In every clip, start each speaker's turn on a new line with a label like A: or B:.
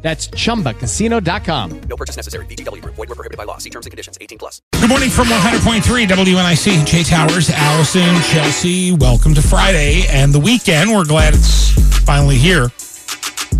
A: That's chumbacasino.com.
B: No purchase necessary. VGW Group. Void were prohibited by law. See terms and conditions. 18 plus.
C: Good morning from 100.3 WNIC. Jay Towers, Allison, Chelsea. Welcome to Friday and the weekend. We're glad it's finally here.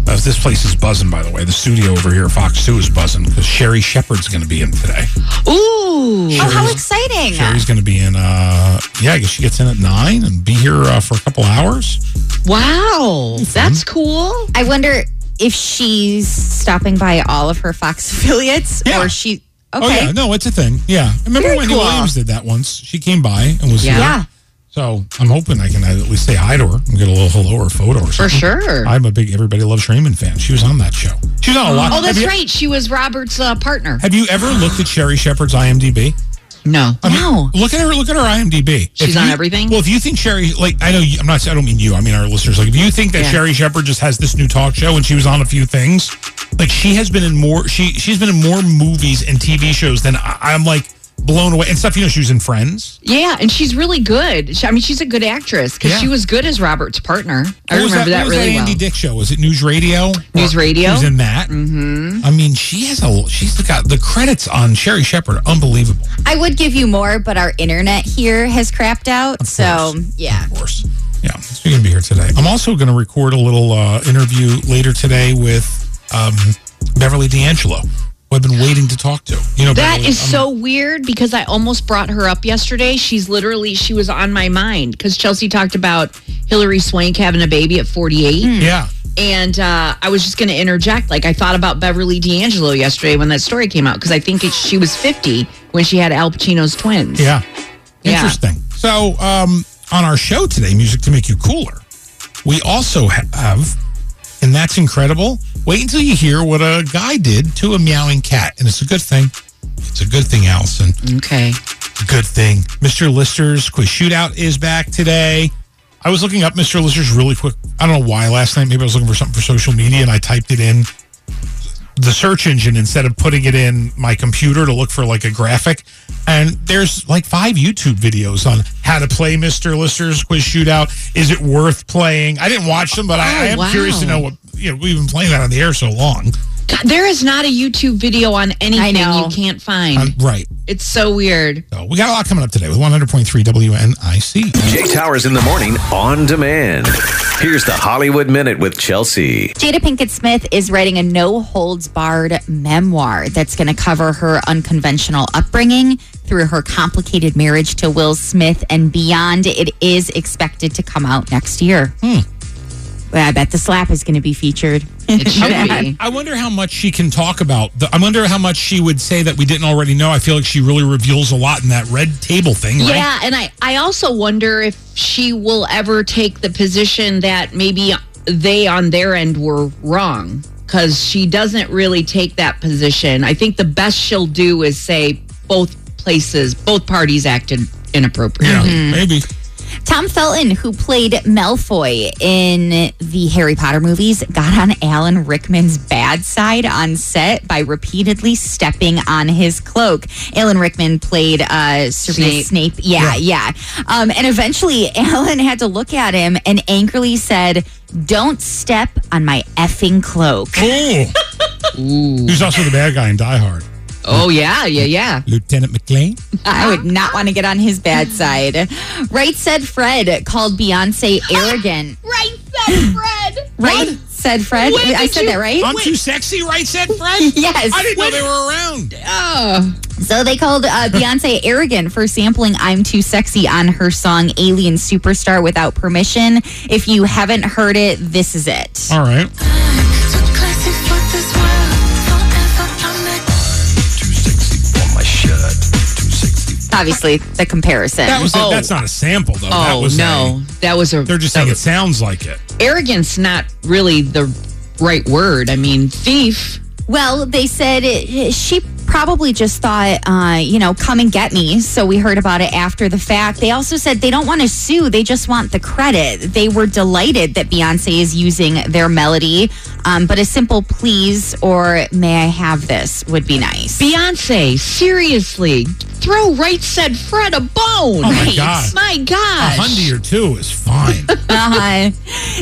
C: Uh, this place is buzzing, by the way. The studio over here, Fox 2, is buzzing because Sherry Shepard's going to be in today.
D: Ooh.
C: Sherry's,
E: Oh, how exciting!
C: Sherry's going to be in, uh, yeah, I guess she gets in at 9 and be here uh, for a couple hours.
D: Wow. That's
C: Hmm?
D: cool.
E: I wonder if she's stopping by all of her Fox affiliates,
C: Yeah.
E: or she. Okay.
C: Oh, yeah. No, it's a thing. Yeah. I remember
E: Very
C: Wendy
E: cool.
C: Williams did that once. She came by and was
D: Yeah.
C: here.
E: Yeah.
C: So I'm hoping I can at least say hi to her and get a little hello or photo or something.
D: For sure.
C: I'm a big Everybody Loves Raymond fan. She was on that show. She was on a lot.
D: Oh, that's
C: have you,
D: right. She was Robert's uh, partner.
C: Have you ever looked at Sherry Shepard's IMDb?
D: No.
E: No.
C: Look at her. Look at her IMDb.
D: She's
C: If
D: on
C: you-
D: everything?
C: Well, if you think Sherry, like I know, you, I'm not. I don't mean you. I mean our listeners. Like, if you think that
D: Yeah.
C: Sherry Shepard just has this new talk show and she was on a few things, like she has been in more. She she's been in more movies and TV shows than I, I'm like blown away and stuff. You know, she was in Friends.
D: Yeah, and she's really good. She, I mean, she's a good actress because
C: Yeah.
D: she was good as Robert's partner. I
C: What was
D: remember that,
C: what was
D: really
C: Andy
D: well.
C: Dick show. Was it News Radio?
D: News Radio.
C: She's in that. Mm-hmm. I mean, she has a. She's got the credits on Sherry Shepard. Unbelievable.
E: I would give you more, but our internet here has crapped out. So yeah.
C: Of course. Yeah, she's gonna be here today. I'm also gonna record a little uh, interview later today with um, Beverly D'Angelo, who I've been waiting to talk to. You know,
D: That
C: Beverly, Um,
D: is
C: I'm-
D: so weird because I almost brought her up yesterday. She's literally she was on my mind because Chelsea talked about Hillary Swank having a baby at 48,
C: Yeah,
D: and uh, I was just going to interject. Like I thought about Beverly D'Angelo yesterday when that story came out because I think it, she was 50 when she had Al Pacino's twins.
C: yeah,
D: Yeah.
C: interesting. So um, on our show today, music to make you cooler, we also ha- have, and that's incredible. Wait until you hear what a guy did to a meowing cat, and it's a good thing. It's a good thing, Allison.
D: Okay.
C: Good thing. Mr. Lister's quiz shootout is back today. I was looking up Mr. Lister's really quick. I don't know why last night. Maybe I was looking for something for social media and I typed it in the search engine instead of putting it in my computer to look for like a graphic. And there's like five YouTube videos on how to play Mr. Lister's quiz shootout. Is it worth playing? I didn't watch them, but I, I
D: Oh,
C: am curious to
D: wow.
C: know what, you know, we've been playing that on the air so long.
D: God, there is not a YouTube video on anything
E: know.
D: you can't find.
C: Um, right.
D: it's so weird.
C: So we got a lot coming up today with 100.3 WNIC.
F: Jay Towers in the morning on demand. Here's the Hollywood Minute with Chelsea.
E: Jada Pinkett Smith is writing a no holds barred memoir that's going to cover her unconventional upbringing through her complicated marriage to Will Smith and beyond. It is expected to come out next year.
C: Hmm.
E: Well, I bet the slap is going to be featured.
D: It should be.
C: I wonder how much she can talk about. The, I wonder how much she would say that we didn't already know. I feel like she really reveals a lot in that red table thing, right?
D: Yeah, and I, I also wonder if she will ever take the position that maybe they on their end were wrong because she doesn't really take that position. I think the best she'll do is say both places, both parties acted
C: Yeah,
D: inappropriately.
C: maybe.
E: Tom Felton, who played Malfoy in the Harry Potter movies, got on Alan Rickman's bad side on set by repeatedly stepping on his cloak. Alan Rickman played uh, Snape.
D: Snape.
E: Snape. Yeah, yeah. Um, and eventually, Alan had to look at him and angrily said, "Don't step on my effing cloak."
C: Ooh. Who's also the bad guy in Die Hard?
D: Oh, yeah, yeah, yeah.
C: Lieutenant McLean.
E: I would not want to get on his bad side. Right said Fred called Beyonce arrogant.
D: Right, said Fred.
E: Right said Fred.
D: When
E: I
D: did
E: said
D: you-
E: that right.
C: I'm too sexy, right? Said Fred.
E: Yes.
C: I didn't know they were around.
D: Oh,
E: So they called uh, Beyonce arrogant for sampling I'm Too Sexy on her song Alien Superstar without permission. If you haven't heard it, this is it.
C: All right.
G: Too classy for this world. Forever I'm a
E: Obviously, the comparison.
C: That was
D: Oh.
C: that's not a sample though. that
D: oh
C: was
D: no. that was a.
C: A, they're just
D: that
C: saying it
D: was-
C: sounds like it.
D: arrogance, not really the right word. I mean, thief.
E: well, they said uh, she probably just thought, uh, you know, come and get me. So we heard about it after the fact. They also said they don't want to sue, they just want the credit. They were delighted that Beyonce is using their melody, um, but a simple please or may I have this would be nice.
D: Beyonce, seriously, throw right said Fred a bone. Oh
C: my God.
D: My
C: A
D: gosh.
C: hundred or two is fine.
E: Uh-huh.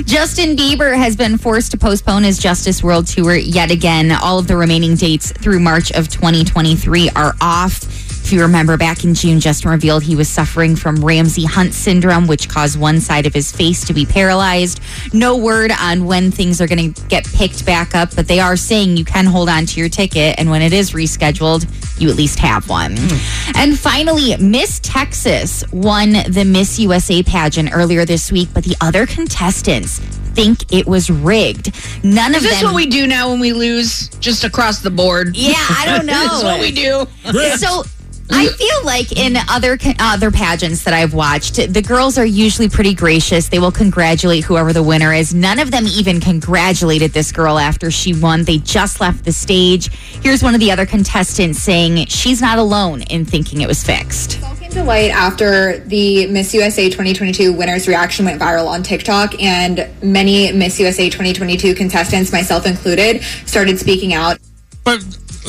E: Justin Bieber has been forced to postpone his Justice World Tour yet again. All of the remaining dates through March of 2023 are off. If you remember back in June, Justin revealed he was suffering from Ramsey Hunt syndrome, which caused one side of his face to be paralyzed. No word on when things are going to get picked back up, but they are saying you can hold on to your ticket. And when it is rescheduled, you at least have one.
D: Hmm.
E: And finally, Miss Texas won the Miss USA pageant earlier this week, but the other contestants think it was rigged. None of
D: Is this
E: them.
D: what we do now when we lose just across the board?
E: yeah, I don't know.
D: This is what we do.
C: Ripped.
E: So I feel like in other other pageants that I've watched, the girls are usually pretty gracious. They will congratulate whoever the winner is. None of them even congratulated this girl after she won. They just left the stage. Here's one of the other contestants saying she's not alone in thinking it was fixed.
H: all came to light after the Miss USA 2022 winner's reaction went viral on TikTok, and many Miss USA 2022 contestants, myself included, started speaking out.
C: But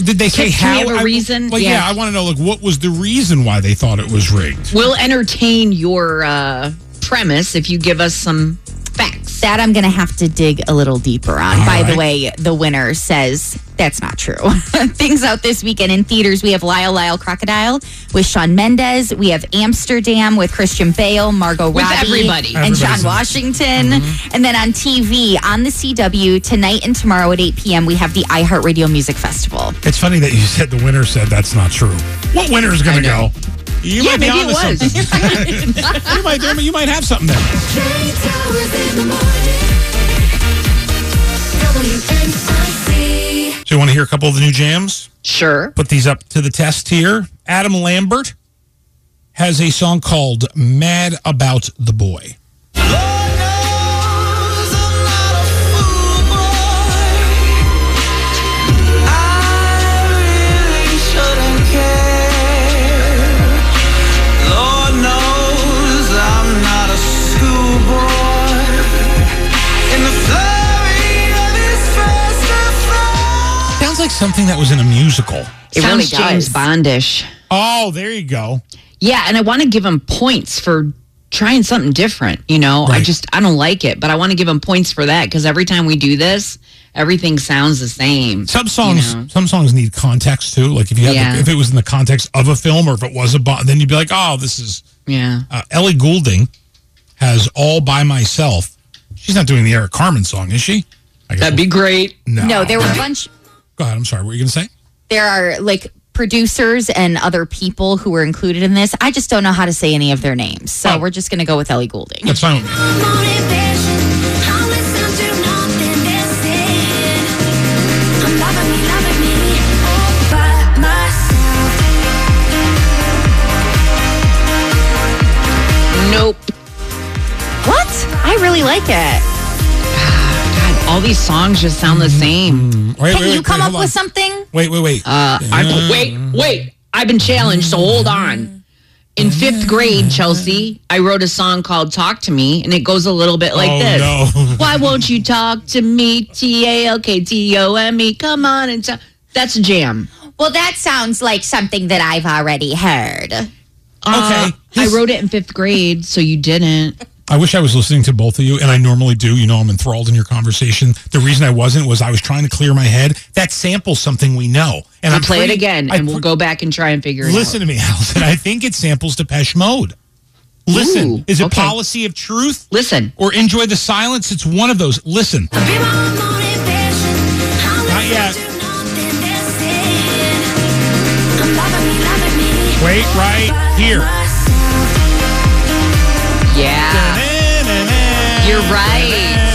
C: did they say
D: Can- can
C: how?
D: we have a
C: I-
D: reason?
C: Like, yeah.
D: Yeah.
C: I want to know. Like, what was the reason why they thought it was rigged?
D: We'll entertain your uh, premise if you give us some facts.
E: That I'm going to have to dig a little deeper on.
C: All
E: By the
C: right.
E: way, the winner says that's not true. Things out this weekend in theaters we have Lyle Lyle Crocodile with Sean Mendez. We have Amsterdam with Christian Bale, Margot
D: With
E: Robbie,
D: everybody.
E: and John
C: Everybody's in it. Mm-hmm.
E: Washington. And then on TV on the CW tonight and tomorrow at 8 p.m. we have the iHeartRadio Music Festival.
C: It's funny that you said the winner said that's not true. What winner is going to go? You
D: Yeah, maybe
C: onto
D: it was.
C: something. you, might, I mean, you might have something there.
G: Late hours in the morning. WNIC.
C: So you want to hear a couple of the new jams?
D: Sure.
C: Put these up to the test here. Adam Lambert has a song called "Mad About the Boy." Sounds like something that was in a musical.
D: It Sounds James Bondish.
C: Oh, there you go.
D: Yeah, and I want to give him points for trying something different. You know, I
C: Right.
D: just I don't like it, but I want to give him points for that because every time we do this, everything sounds the same.
C: Some songs, some songs need context too. Like if you had, the-
D: Yeah.
C: if it was in the context of a film or if it was a bond, then you'd be like, "Oh, this is."
D: Yeah,
C: Uh, Ellie Goulding has "All by Myself." She's not doing the Eric Carmen song, is she? I guess
D: that'd be great.
C: no.
E: No, there were a bunch
C: Go ahead. I'm sorry. What were you going to say?
E: there are like producers and other people who were included in this. I just don't know how to say any of their names. So
C: Oh.
E: we're just going to go with Ellie Goulding.
C: That's fine. with me.
G: Motivation. I listen to nothing they're saying. I'm loving me, loving me all by myself.
D: Nope.
E: What? I really like it.
D: God, all these songs just sound the same.
C: Wait,
E: Can
C: wait,
E: you
C: wait,
E: come
C: wait,
E: up
C: hold
E: with
C: on.
E: something?
C: Wait, wait, wait.
D: Uh, I, wait, wait. I've been challenged, so hold on. In fifth grade, Chelsea, I wrote a song called "Talk to Me," and it goes a little bit like
C: oh
D: this.
C: no.
D: Why won't you talk to me? T A L K T O M E. Come on and talk. That's a jam.
E: Well, that sounds like something that I've already heard.
D: Uh,
C: Okay, this-
D: I wrote it in fifth grade, so you didn't.
C: I wish I was listening to both of you, and I normally do. You know, I'm enthralled in your conversation. The reason I wasn't was I was trying to clear my head. That samples something we know, and
D: I'll
C: I'm
D: play it
C: pretty-
D: again,
C: I
D: and we'll
C: pre-
D: go back and try and figure it
C: Listen to
D: out.
C: me, Allison. I think it samples Depeche Mode. Listen,
D: Ooh,
C: is it
D: okay.
C: policy of truth
D: Listen.
C: or enjoy the silence? It's one of those. Listen,
G: Be my motivation. I
C: Not yet.
G: listen to nothing they're saying. I'm loving me, loving me
C: wait right
G: all
C: here.
G: by myself.
D: Yeah. You're right.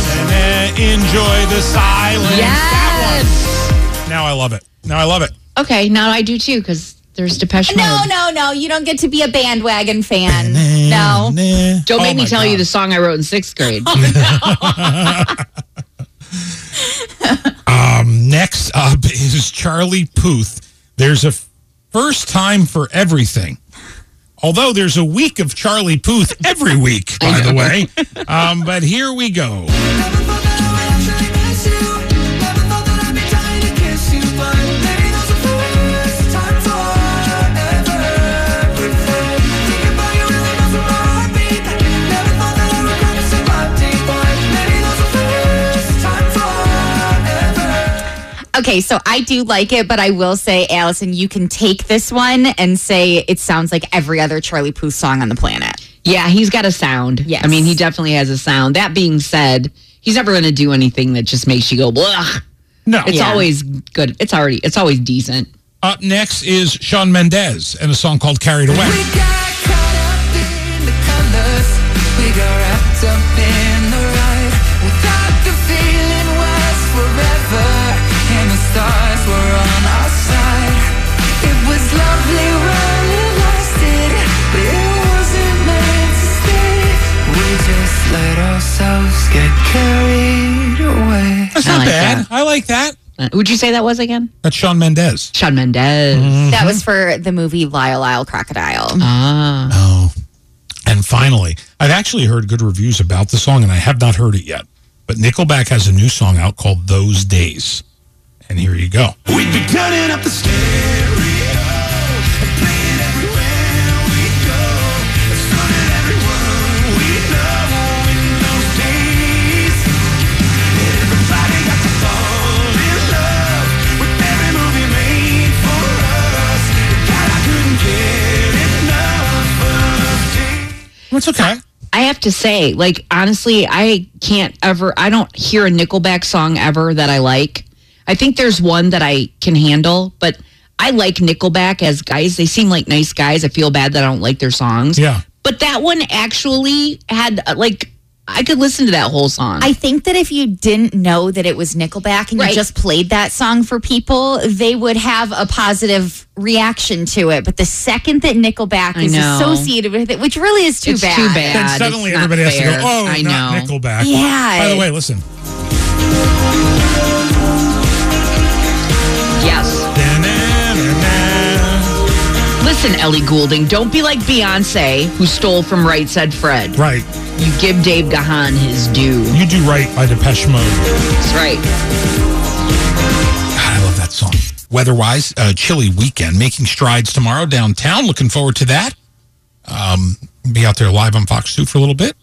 C: Enjoy the silence.
D: Yes.
C: Now I love it. Now I love it.
D: Okay, now I do too, because there's Depeche
E: No,
D: Mode.
E: no, no. You don't get to be a bandwagon fan. No.
D: Don't
C: Oh
D: make me
C: my
D: tell you
C: God.
D: the song I wrote in sixth grade.
C: Next up is Charlie Puth. There's a f- first time for everything. Although there's a week of Charlie Puth every week, by the way. Um, but here we go.
E: Okay, so I do like it, but I will say, Allison, you can take this one and say it sounds like every other Charlie Puth song on the planet.
D: Yeah, he's got a sound.
E: Yes.
D: I mean, he definitely has a sound. That being said, he's never going to do anything that just makes you go, Blech.
C: No.
D: It's
E: Yeah.
D: always good. It's already, it's always decent.
C: Up next is Sean Mendez and a song called Carried Away. That's
D: I
C: not
D: like
C: bad.
D: that.
C: I like that.
D: Uh, would you say that was again?
C: That's Sean Mendez.
D: Sean Mendez.
C: Mm-hmm.
E: That was for the movie Lyle Lyle Crocodile.
D: Ah.
C: Oh. And finally, I've actually heard good reviews about the song and I have not heard it yet. But Nickelback has a new song out called Those Days. And here you go. That's okay.
D: I have to say, like, honestly, I can't ever, I don't hear a Nickelback song ever that I like. I think there's one that I can handle, but I like Nickelback as guys. They seem like nice guys. I feel bad that I don't like their songs.
C: Yeah.
D: But that one actually had, uh, like, I could listen to that whole song.
E: I think that if you didn't know that it was Nickelback and
D: Right.
E: you just played that song for people, they would have a positive reaction to it. But the second that Nickelback
D: I
E: is
D: know.
E: associated with it, which really is too
D: It's
E: bad.
D: too bad.
C: Then
D: it's
C: suddenly
D: not
C: everybody has to go,
D: fair.
C: oh,
D: I
C: not
D: know.
C: Nickelback.
E: Yeah.
C: By the way, listen.
D: yes.
C: Da-na-na-na.
D: Listen, Ellie Goulding, don't be like Beyonce, who stole from Right Said Fred.
C: Right.
D: You give Dave Gahan his due.
C: You do right by Depeche Mode.
D: That's right.
C: God, I love that song. Weather-wise, uh, chilly weekend. Making strides tomorrow downtown. Looking forward to that. Um, be out there live on Fox 2 for a little bit.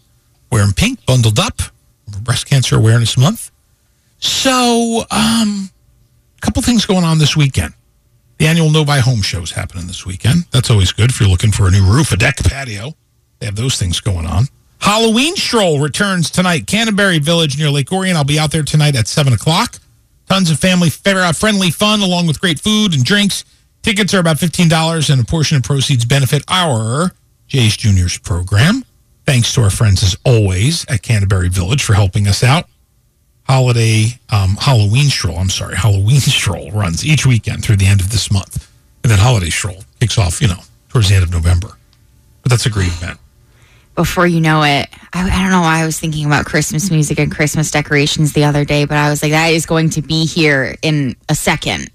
C: Wearing pink, bundled up. Breast Cancer Awareness Month. So, um, a couple things going on this weekend. The annual No Buy Home Show is happening this weekend. That's always good if you're looking for a new roof, a deck, patio. They have those things going on. Halloween Stroll returns tonight, Canterbury Village near Lake Orion. I'll be out there tonight at 7 o'clock. Tons of family fair- uh, friendly fun along with great food and drinks. Tickets are about $15, and a portion of proceeds benefit our Jay's Juniors program. Thanks to our friends, as always, at Canterbury Village for helping us out holiday um, Halloween stroll. I'm sorry, Halloween stroll runs each weekend through the end of this month, and then holiday stroll kicks off, you know, towards the end of November. But that's a great event.
E: Before you know it, I, I don't know why I was thinking about Christmas music and Christmas decorations the other day, but I was like, that is going to be here in a second.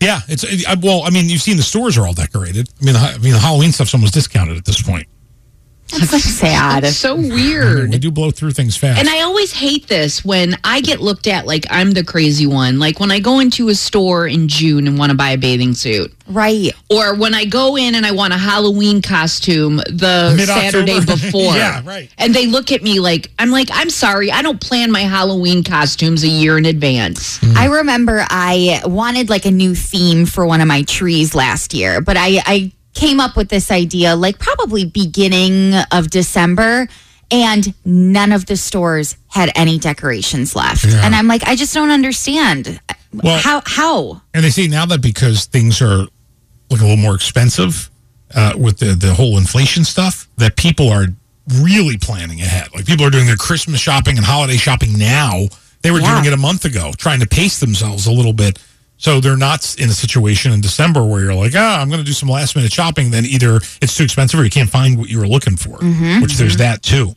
C: Yeah, it's it, I- well. I mean, you've seen the stores are all decorated. I mean, the, hi- I mean, the Halloween stuff's almost discounted at this point.
E: That's like sad.
D: It's so
C: We
D: weird.
C: do blow through things fast.
D: And I always hate this when I get looked at like I'm the crazy one. Like when I go into a store in June and want to buy a bathing suit,
E: Right.
D: or when I go in and I want a Halloween costume the
C: Mid-October.
D: Saturday before.
C: Yeah, right.
D: And they look at me like I'm like I'm sorry, I don't plan my Halloween costumes a year in advance.
C: Mm.
E: I remember I wanted like a new theme for one of my trees last year, but I, I came up with this idea like probably beginning of December, and none of the stores had any decorations left.
C: Yeah.
E: And I'm like, I just don't understand.
C: Well-
E: how? How?
C: And they say now that because things are like a little more expensive uh, with the, the whole inflation stuff, that people are really planning ahead. Like people are doing their Christmas shopping and holiday shopping now. They were
E: Yeah.
C: doing it a month ago, trying to pace themselves a little bit. So they're not in a situation in December where you're like, ah, I'm going to do some last minute shopping. Then either it's too expensive or you can't find what you were looking for, which there's that too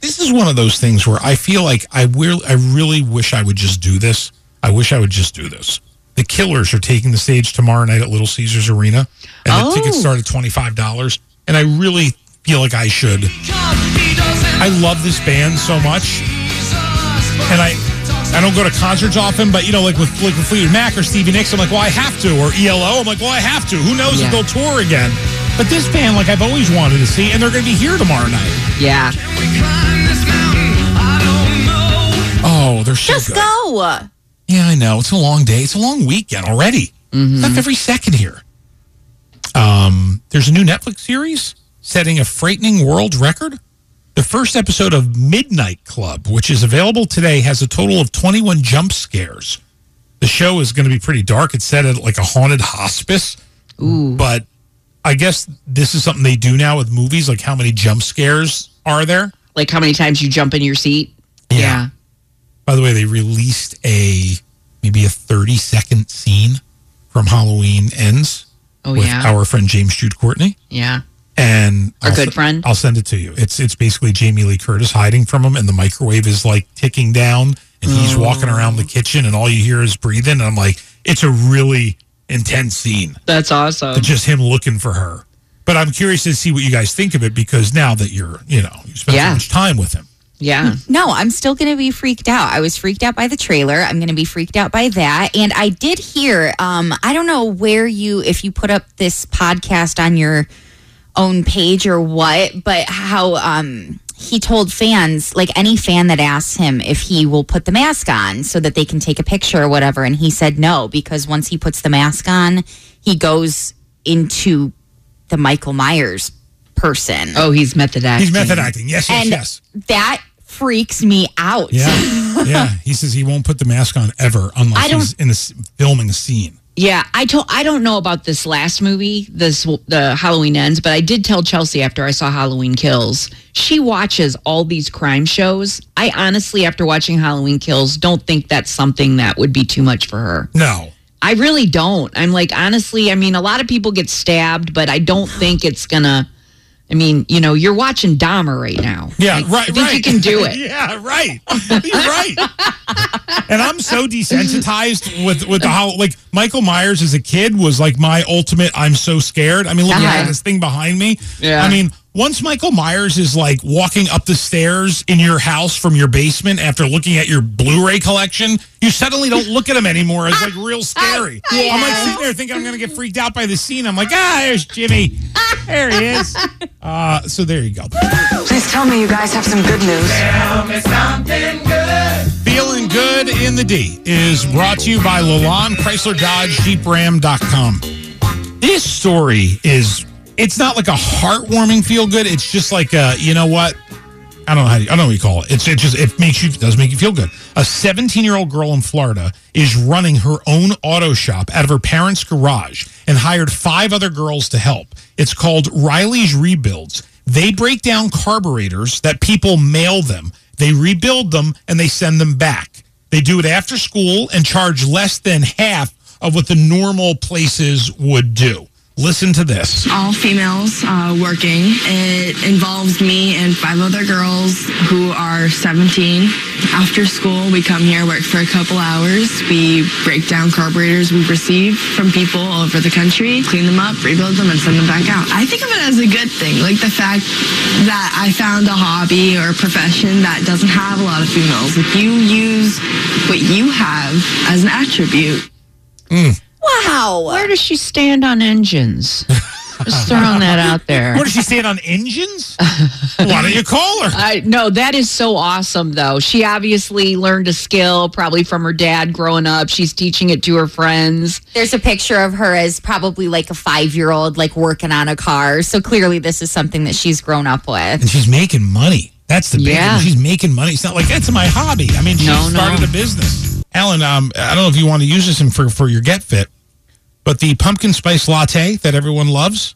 C: this is one of those things where I feel like I will, I really wish I would just do this. I wish I would just do this. The Killers are taking the stage tomorrow night at Little Caesars Arena, and the tickets
D: Oh.
C: start at twenty five dollars. And I really feel like I should. I love this band so much, and I I don't go to concerts often, but you know, like with like with Fleetwood Mac or Stevie Nicks, I'm like, well, I have to, or ELO, I'm like, well, I have to. Who knows
D: Yeah.
C: if they'll tour again? But this band, like I've always wanted to see, and they're going to be here tomorrow night.
D: Yeah.
C: Oh, they're so
E: Just
C: good.
E: go.
C: Yeah, I know. It's a long day. It's a long weekend already. It's not every second here. Um, there's a new Netflix series setting a frightening world record. The first episode of Midnight Club, which is available today, has a total of 21 jump scares. The show is going to be pretty dark. It's set at like a haunted hospice. Ooh. But I guess this is something they do now with movies. Like, how many jump scares are there?
D: Like how many times you jump in your seat?
C: Yeah. By the way, they released a maybe a 30 second scene from Halloween Ends
D: Oh
C: with
D: yeah.
C: our friend James Jude Courtney.
D: yeah.
C: And
D: Our
C: I'll
D: good
C: s-
D: friend.
C: I'll send it to you. It's it's basically Jamie Lee Curtis hiding from him and the microwave is like ticking down and
D: Oh.
C: he's walking around the kitchen and all you hear is breathing. And I'm like, it's a really intense scene.
D: That's awesome.
C: Just him looking for her. But I'm curious to see what you guys think of it because now that you're, you know, you spent so
D: Yeah.
C: much time with him. Hmm.
D: Yeah.
E: No, I'm still going to be freaked out. I was freaked out by the trailer. I'm going to be freaked out by that. And I did hear, um, I don't know where you, if you put up this podcast on your own page or what, but how um, he told fans, like any fan that asks him if he will put the mask on so that they can take a picture or whatever. And he said no, because once he puts the mask on, he goes into the Michael Myers person.
D: Oh, he's method acting.
C: He's method acting. Yes, yes,
E: And
C: yes.
E: that freaks me out.
C: Yeah, yeah. He says he won't put the mask on ever unless
E: I don't-
C: he's in a s- filming scene.
D: Yeah, I told I don't know about this last movie, this the Halloween ends, but I did tell Chelsea after I saw Halloween Kills. She watches all these crime shows. I honestly after watching Halloween Kills don't think that's something that would be too much for her.
C: No,
D: I really don't. I'm like honestly, I mean a lot of people get stabbed, but I don't think it's going to I mean, you know, you're watching Dahmer right now.
C: yeah, right,
D: I think
C: right.
D: you can do it.
C: yeah, right. You're right. and I'm so desensitized with with the whole like Michael Myers as a kid was like my ultimate. I'm so scared. I mean, look
D: Yeah.
C: at this thing behind me.
D: Yeah.
C: I mean. Once Michael Myers is like walking up the stairs in your house from your basement after looking at your Blu-ray collection, you suddenly don't look at him anymore. It's like real scary. I'm like sitting there thinking I'm going to get freaked out by the scene. I'm like, ah, there's Jimmy. There he is. Uh, so there you go.
I: Please tell me you guys have some good news.
C: Feeling Good in the D is brought to you by Lalon Chrysler Dodge Jeep Ram.com. This story is, it's not like a heartwarming feel good. It's just like a, you know what? I don't know how you, I don't know what you call it. It's it just it makes you it does make you feel good. A 17 year old girl in Florida is running her own auto shop out of her parents' garage and hired five other girls to help. It's called Riley's Rebuilds. They break down carburetors that people mail them. They rebuild them and they send them back. They do it after school and charge less than half of what the normal places would do. Listen to this.
J: all females uh, working. It involves me and five other girls who are 17. After school, we come here, work for a couple hours. We break down carburetors we've received from people all over the country, clean them up, rebuild them, and send them back out. I think of it as a good thing, like the fact that I found a hobby or a profession that doesn't have a lot of females. Like you use what you have as an attribute.
E: Wow.
D: Where does she stand on engines? Just throwing that out there.
C: What does she stand on engines? Why don't you call her?
D: I no, that is so awesome though. She obviously learned a skill probably from her dad growing up. She's teaching it to her friends.
E: There's a picture of her as probably like a five year old, like working on a car. So clearly, this is something that she's grown up with.
C: and she's making money. That's the big thing.
D: Yeah.
C: She's making money. It's not like that's my hobby. I mean, she
D: No,
C: started
D: no.
C: a business. Alan, um, I don't know if you want to use this in for for your get fit, but the pumpkin spice latte that everyone loves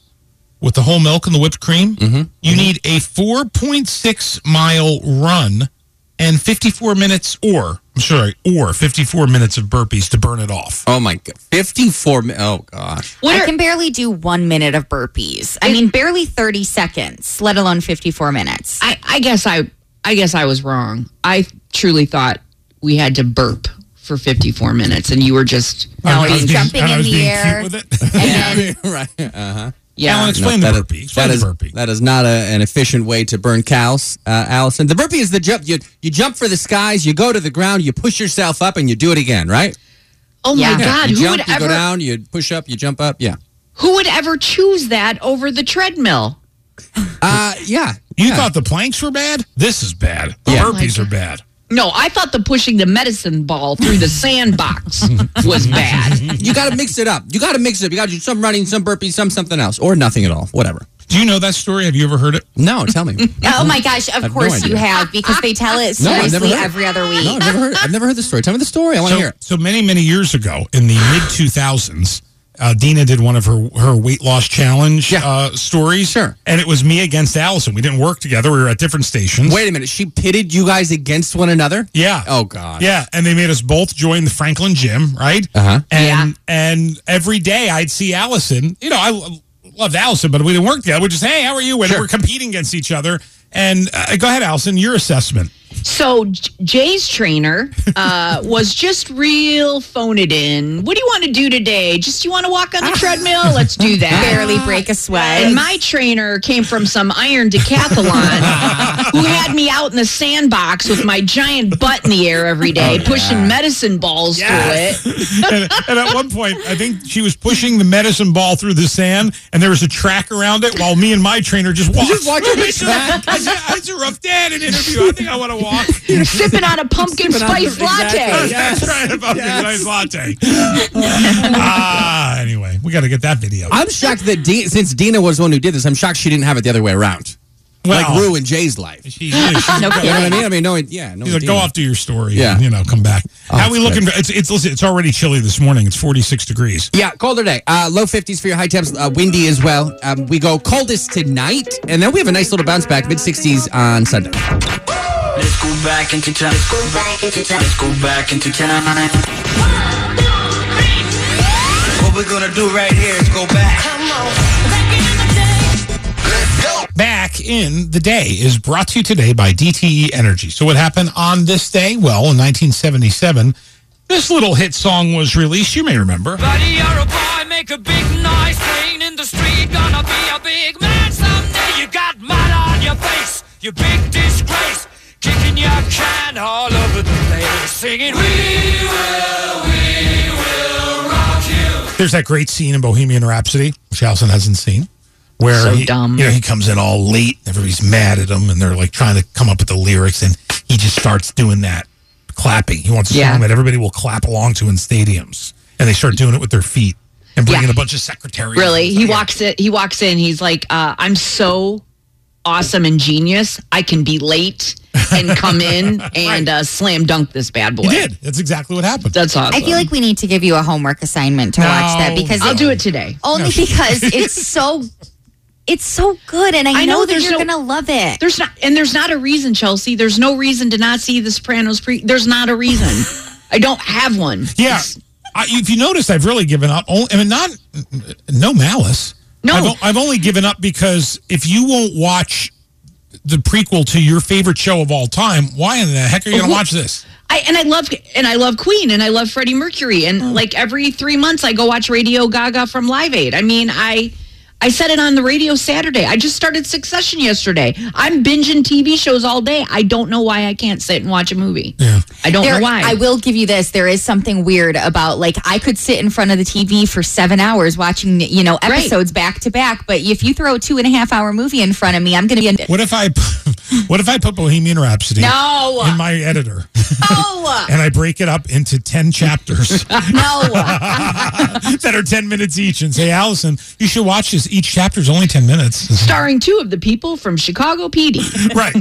C: with the whole milk and the whipped cream,
K: Mm-hmm.
C: you need a 4.6 mile run and 54 minutes or I'm sorry, or 54 minutes of burpees to burn it off.
K: Oh my god, fifty-four. mi- Oh gosh,
D: What
E: I
D: are,
E: can barely do one minute of burpees. I mean, barely 30 seconds, let alone 54 minutes.
D: I, I guess I I guess I was wrong. I truly thought we had to burp for 54 minutes and you were just
E: No, it was jumping in the air.
K: right. Uh-huh.
D: Yeah. Alan, explain
K: that
D: the
K: is-
D: burpee. Explain
K: that
D: the
K: is- That is not a, an efficient way to burn cows, uh, Allison. The burpee is the jump. You you jump for the skies, you go to the ground, you push yourself up, and you do it again, right?
D: Oh my
K: Yeah.
D: God,
K: You
D: who
K: jump,
D: would
K: you
D: ever-
K: go down, you push up, you jump up. Yeah.
D: Who would ever choose that over the treadmill?
K: Uh, yeah.
C: You thought the planks were bad? This is bad. The
D: Yeah.
C: burpees are bad.
D: No, I thought the pushing the medicine ball through the sandbox was bad.
K: you got to mix it up. You got to mix it up. You got to do some running, some burpee, some something else, or nothing at all. Whatever.
C: Do you know that story? Have you ever heard it?
K: No, tell me.
E: Oh my gosh,
K: I
E: of
K: have no
E: course you
K: idea.
E: have because they tell it
K: No, I've never
E: seriously
K: heard it.
E: every other week.
K: No, I've never heard. I've never heard the story. Tell me the story. I want to
C: so,
K: hear it.
C: So many, many years ago, in the mid 2000s, uh, Dina did one of her, her weight loss challenge uh, stories. Sure. And it was me against Allison. We didn't work together. We were at different stations.
K: Wait a minute. She pitted you guys against one another.
C: Yeah.
K: Oh God.
C: Yeah, and they made us both join the Franklin gym, right? Uh-huh. And and every day I'd see Allison. You know, I lo- loved Allison, but we didn't work together. We're just, hey, how are you? And we're competing against each other. And uh, go ahead, Allison, your assessment.
D: So J- Jay's trainer uh, was just real phone it in. What do you want to do today? Just you want to walk on the treadmill? Let's do that.
E: Ah. Barely break a sweat.
D: And my trainer came from some iron decathlon who had me out in the sandbox with my giant butt in the air every
K: Oh,
D: day, pushing medicine balls through it.
C: and, and at one point, I think she was pushing the medicine ball through the sand, and there was a track around it, while me and my trainer just walked.
G: just walked
C: through
G: in the
C: it.
G: track.
C: I said, It's a rough day. I had an interview. I think I want to walk.
D: You're sipping on a pumpkin spice latte.
C: That's right, a pumpkin spice latte. ah, anyway, we got to get that video.
K: I'm shocked that Dina, since Dina was the one who did this, I'm shocked she didn't have it the other way around. like
C: Well-
K: Rue and Jay's life.
C: She did. She-
K: you know what I mean? I mean, no, yeah, no.
C: He's like,
K: Dina.
C: go off to your story.
K: Yeah.
C: and, you know, come back.
K: Oh,
C: How we
K: that's
C: looking?
K: great.
C: For, it's it's listen, it's already chilly this morning. It's 46 degrees.
K: Yeah, colder day. Uh, low 50s for your high temps, uh, windy as well. Um, we go coldest tonight, and then we have a nice little bounce back, mid 60s on Sunday.
L: Let's go back into time. Let's go back into time. Let's go back into time. What we're gonna do right here is go back.
C: Back in the day is brought to you today by DTE Energy. So, what happened on this day? Well, in 1977, this little hit song was released. You may remember.
G: Buddy, you're a boy, make a big noise, playing in the street, gonna be a big man someday. You got mud on your face, you big disgrace, kicking your can all over the place, singing, We will, we will rock you.
C: There's that great scene in Bohemian Rhapsody, which Allison hasn't seen, where
D: So
C: he,
D: dumb.
C: you know he comes in all late. Everybody's mad at him, and they're like trying to come up with the lyrics, and he just starts doing that clapping. He wants a
D: Yeah.
C: song that everybody will clap along to in stadiums, and they start doing it with their feet and bringing
D: Yeah.
C: a bunch of secretaries.
D: Really? He walks in he walks in, he's like, uh, I'm so awesome and genius. I can be late and come in and uh, slam dunk this bad boy.
C: He did. That's exactly what happened.
D: That's awesome.
E: I feel like we need to give you a homework assignment to watch that because
D: I'll do it today.
E: only because it's so it's so good and I,
D: I
E: know,
D: know
E: that
D: there's
E: you're
D: no-
E: gonna love it.
D: There's not and there's not a reason, Chelsea. There's no reason to not see the Sopranos pre there's not a reason. I don't have one.
C: Yeah. I, if you notice, I've really given up. Only, I mean, not no malice.
D: No.
C: I've, o- I've only given up because if you won't watch the prequel to your favorite show of all time, why in the heck are you going to watch this?
D: I and I love and I love Queen and I love Freddie Mercury and
E: Oh.
D: like every three months I go watch Radio Gaga from Live Aid. I mean I I said it on the radio Saturday. I just started Succession yesterday. I'm binging TV shows all day. I don't know why I can't sit and watch a movie. Yeah. I don't
E: There-
D: know why.
E: I will give you this. There is something weird about like I could sit in front of the TV for seven hours watching you know
D: Right.
E: episodes back to back, but if you throw a two and a half hour movie in front of me, I'm gonna be.
C: What if I, what if I put Bohemian Rhapsody
E: No.
C: in my editor
E: oh, no,
C: and I break it up into ten chapters
E: no.
C: that are ten minutes each and say, Allison, you should watch this. Each chapter is only ten minutes.
D: Starring two of the people from Chicago PD.
C: right.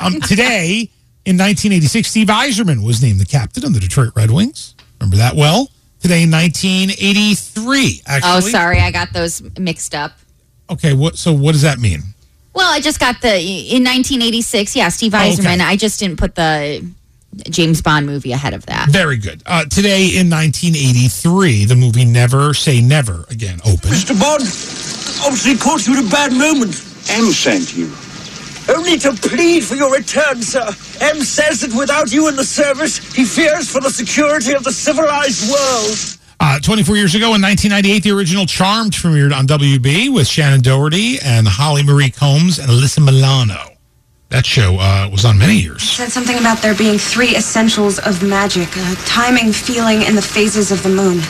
C: um, today, in 1986, Steve Eiserman was named the captain of the Detroit Red Wings. Remember that well? Today in 1983, actually.
E: oh, sorry, I got those mixed up.
C: Okay, what? so what does that mean?
E: Well, I just got the in 1986. Yeah, Steve
C: okay.
E: Eiserman. I just didn't put the James Bond movie ahead of that.
C: Very good. Uh, today in 1983, the movie Never Say Never Again opened.
L: Mr. Bond obviously caught you at a bad moment.
M: M sent you.
L: Only to plead for your return, sir. M says that without you in the service, he fears for the security of the civilized world.
C: Uh, 24 years ago in 1998, the original Charmed premiered on WB with Shannon Doherty and Holly Marie Combs and Alyssa Milano. That show uh, was on many years.
M: said something about there being three essentials of magic uh, timing, feeling, and the phases of the moon.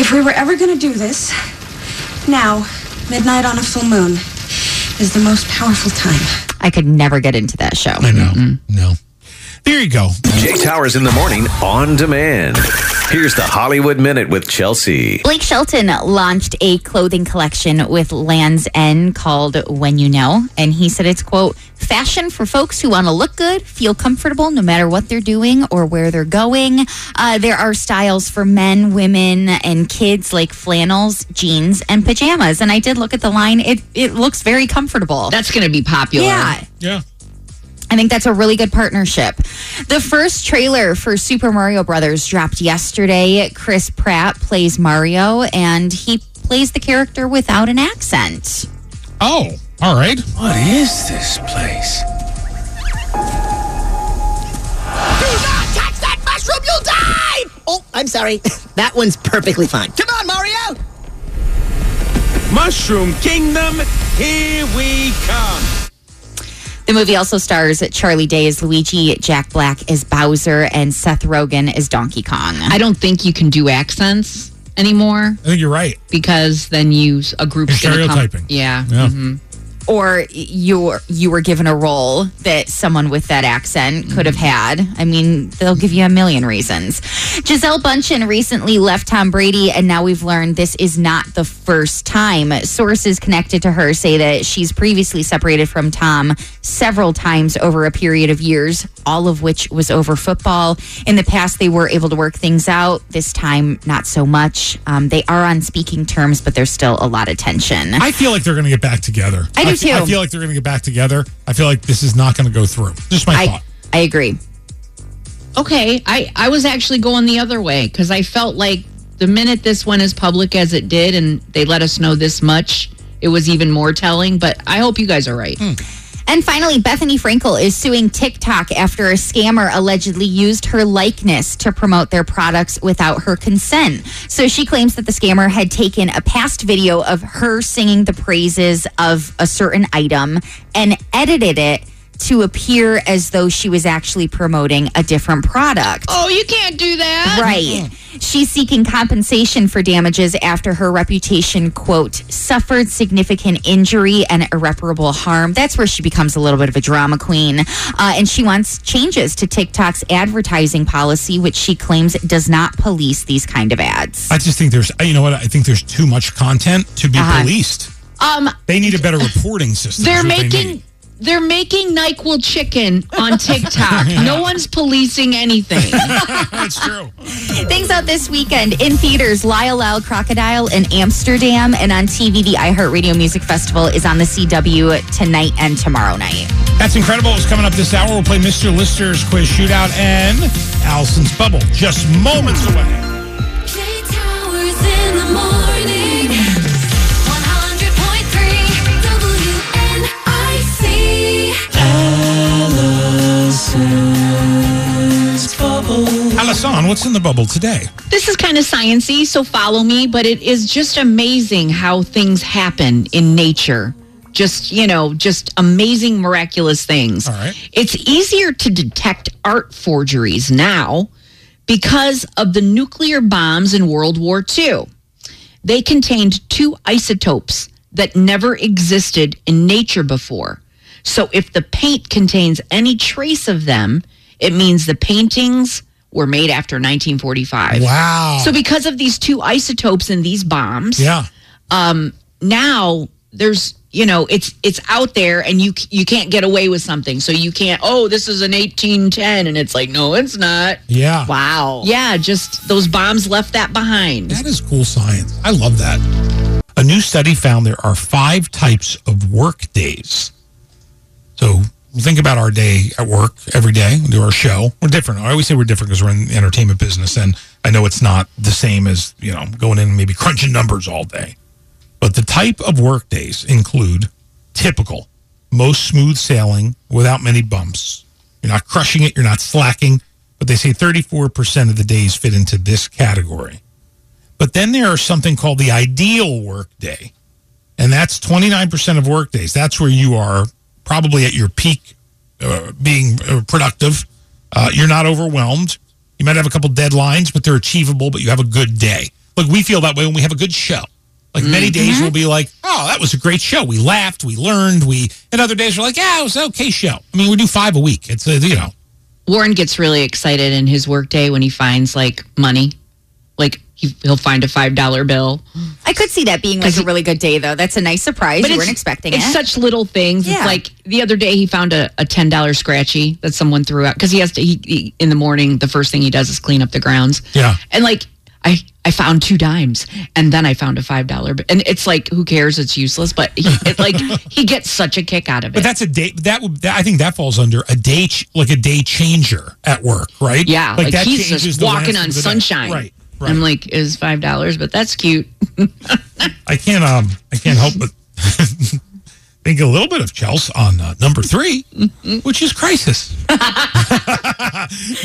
M: If we were ever going to do this, now, midnight on a full moon is the most powerful time.
E: I could never get into that show. I
C: know. No. There you go.
F: Jay Towers in the morning on demand. Here's the Hollywood Minute with Chelsea.
E: Blake Shelton launched a clothing collection with Land's End called When You Know, and he said it's quote fashion for folks who want to look good, feel comfortable no matter what they're doing or where they're going. Uh, there are styles for men, women, and kids like flannels, jeans, and pajamas. And I did look at the line; it it looks very comfortable.
D: That's going to be popular.
E: Yeah,
C: Yeah.
E: I think that's a really good partnership. The first trailer for Super Mario Brothers dropped yesterday. Chris Pratt plays Mario and he plays the character without an accent.
C: Oh, all right.
L: What is this place?
N: Do not touch that mushroom, you'll die! Oh, I'm sorry. That one's perfectly fine. Come on, Mario!
G: Mushroom Kingdom, here we come.
E: The movie also stars Charlie Day as Luigi, Jack Black as Bowser, and Seth Rogen as Donkey Kong.
D: I don't think you can do accents anymore
C: I think you're right.
D: because then you a group's
C: You're
D: gonna come-
C: stereotyping.
D: yeah.
C: Yeah.
E: Mm-hmm. Or you you were given a role that someone with that accent could have had. I mean, they'll give you a million reasons. Giselle Bundchen recently left Tom Brady, and now we've learned this is not the first time. Sources connected to her say that she's previously separated from Tom several times over a period of years, all of which was over football. In the past, they were able to work things out. This time, not so much. Um, they are on speaking terms, but there's still a lot of tension.
C: I feel like they're going to get back together.
E: I
C: fe-
E: do
C: I
E: too.
C: feel like they're going to get back together. I feel like this is not going to go through. Just my thought.
E: I agree.
D: Okay, I I was actually going the other way because I felt like the minute this went as public as it did, and they let us know this much, it was even more telling. But I hope you guys are right.
C: Hmm.
E: And finally, Bethany Frankel is suing TikTok after a scammer allegedly used her likeness to promote their products without her consent. So she claims that the scammer had taken a past video of her singing the praises of a certain item and edited it to appear as though she was actually promoting a different product.
D: Oh, you can't do that,
E: Right. She's seeking compensation for damages after her reputation, quote, suffered significant injury and irreparable harm. That's where she becomes a little bit of a drama queen. Uh, and she wants changes to TikTok's advertising policy, which she claims does not police these kind of ads.
C: I just think there's, you know what? I think there's too much content to be
E: Uh-huh.
C: policed.
D: Um,
C: They need a better reporting system. is
D: they're
C: what they
D: making
C: need.
D: they are making Nyquil chicken on TikTok. No one's policing anything.
C: That's true.
E: Things out this weekend in theaters, Lyle Lyle Crocodile in Amsterdam, and on TV, the iHeartRadio Music Festival is on the CW tonight and tomorrow night.
C: That's incredible. It's coming up this hour. We'll play Mr. Lister's quiz shootout and Allison's bubble just moments away.
O: Jay Towers in the morning. 100.3 WNIC.
C: Allison, what's in the bubble today?
D: this is kind of sciency, so follow me. But it is just amazing how things happen in nature. Just you know, just amazing, miraculous things.
P: All right.
D: It's easier to detect art forgeries now because of the nuclear bombs in World War II. They contained two isotopes that never existed in nature before. So if the paint contains any trace of them, it means the paintings were made after 1945.
C: Wow.
D: So because of these two isotopes in these bombs,
C: Yeah.
D: um, now there's you know it's it's out there and you c- you can't get away with something so you can't oh this is an 1810 and it's like no it's not
C: Yeah.
D: wow yeah just those bombs left that behind
C: That is cool science. I love that. A new study found there are five types of work days. So think about our day at work every day. We do our show. We're different. I always say we're different because we're in the entertainment business, and I know it's not the same as you know going in and maybe crunching numbers all day. But the type of work days include typical, most smooth sailing without many bumps. You're not crushing it, you're not slacking, but they say 34% of the days fit into this category. But then there are something called the ideal work day, and that's 29% of work days. That's where you are probably at your peak uh, being uh, productive. Uh, you're not overwhelmed. You might have a couple deadlines, but they're achievable, but you have a good day. Look, we feel that way when we have a good show. Like many days we'll be like, oh, that was a great show. We laughed, we learned, we, and other days we're like, yeah, it was an okay show. I mean, we do five a week. It's, uh, you know,
D: Warren gets really excited in his workday when he finds like money. Like he, he'll find a $5 bill.
E: I could see that being like a really good day, though. That's a nice surprise. you weren't expecting
D: it's
E: it.
D: such little things.
E: Yeah.
D: It's like the other day he found a, a ten dollar scratchy that someone threw out because he has to. He, he in the morning, the first thing he does is clean up the grounds.
C: Yeah.
D: and like I I found two dimes and then I found a five dollar and it's like who cares? It's useless, but he, it, like he gets such a kick out of it.
C: But that's a day. That would. That, I think that falls under a day, ch- like a day changer at work, right?
D: Yeah, like,
C: that
D: he's
C: changes
D: just
C: the
D: walking
C: last
D: on
C: of the day.
D: sunshine.
C: Right.
D: I'm like, is five dollars, but that's cute.
C: I can't. Um. I can't help but think a little bit of Chelsea on uh, number three, which is crisis.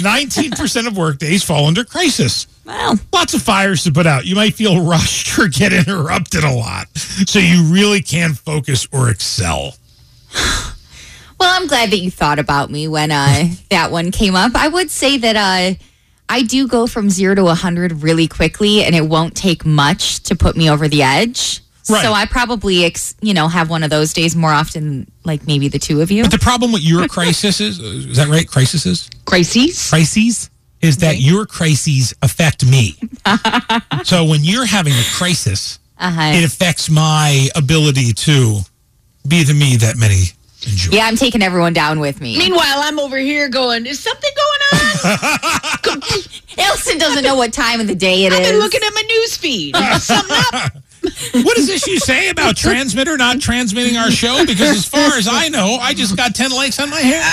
C: Nineteen percent of work days fall under crisis. Well, lots of fires to put out. You might feel rushed or get interrupted a lot, so you really can't focus or excel.
E: Well, I'm glad that you thought about me when uh, that one came up. I would say that uh, I do go from zero to 100 really quickly, and it won't take much to put me over the edge.
C: Right.
E: So I probably, ex- you know, have one of those days more often, like maybe the two of you.
C: But the problem with your crisis is, is that right? Crises?
D: Crises?
C: Crises is that your crises affect me. so when you're having a crisis,
E: Uh-huh.
C: it affects my ability to be the me that many enjoy.
E: yeah, I'm taking everyone down with me.
D: Meanwhile, I'm over here going, is something going on?
E: Elson doesn't know what time of the day it is.
D: I've been looking at my news feed. Something up.
C: What does this you say about transmitter not transmitting our show? Because as far as I know, I just got 10 likes on my hair.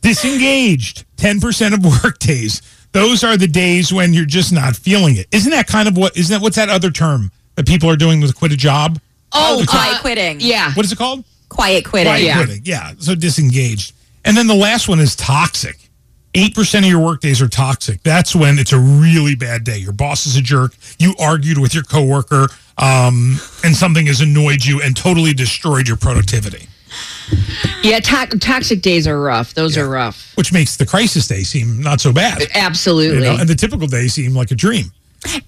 C: Disengaged, 10% of work days. Those are the days when you're just not feeling it. Isn't that kind of what, isn't that, what's that other term that people are doing with quit a job?
E: Oh,
C: It's
E: quiet
C: like-
E: quitting.
D: Yeah.
C: What is it called?
E: Quiet quitting.
C: Quiet
E: yeah.
C: quitting. Yeah. So disengaged. And then the last one is toxic. 8% of your work days are toxic. That's when it's a really bad day. Your boss is a jerk. You argued with your coworker um, and something has annoyed you and totally destroyed your productivity,
D: Yeah, to- toxic days are rough. Those are rough.
C: which makes the crisis day seem not so bad.
D: Absolutely.
C: You know, and the typical day seem like a dream.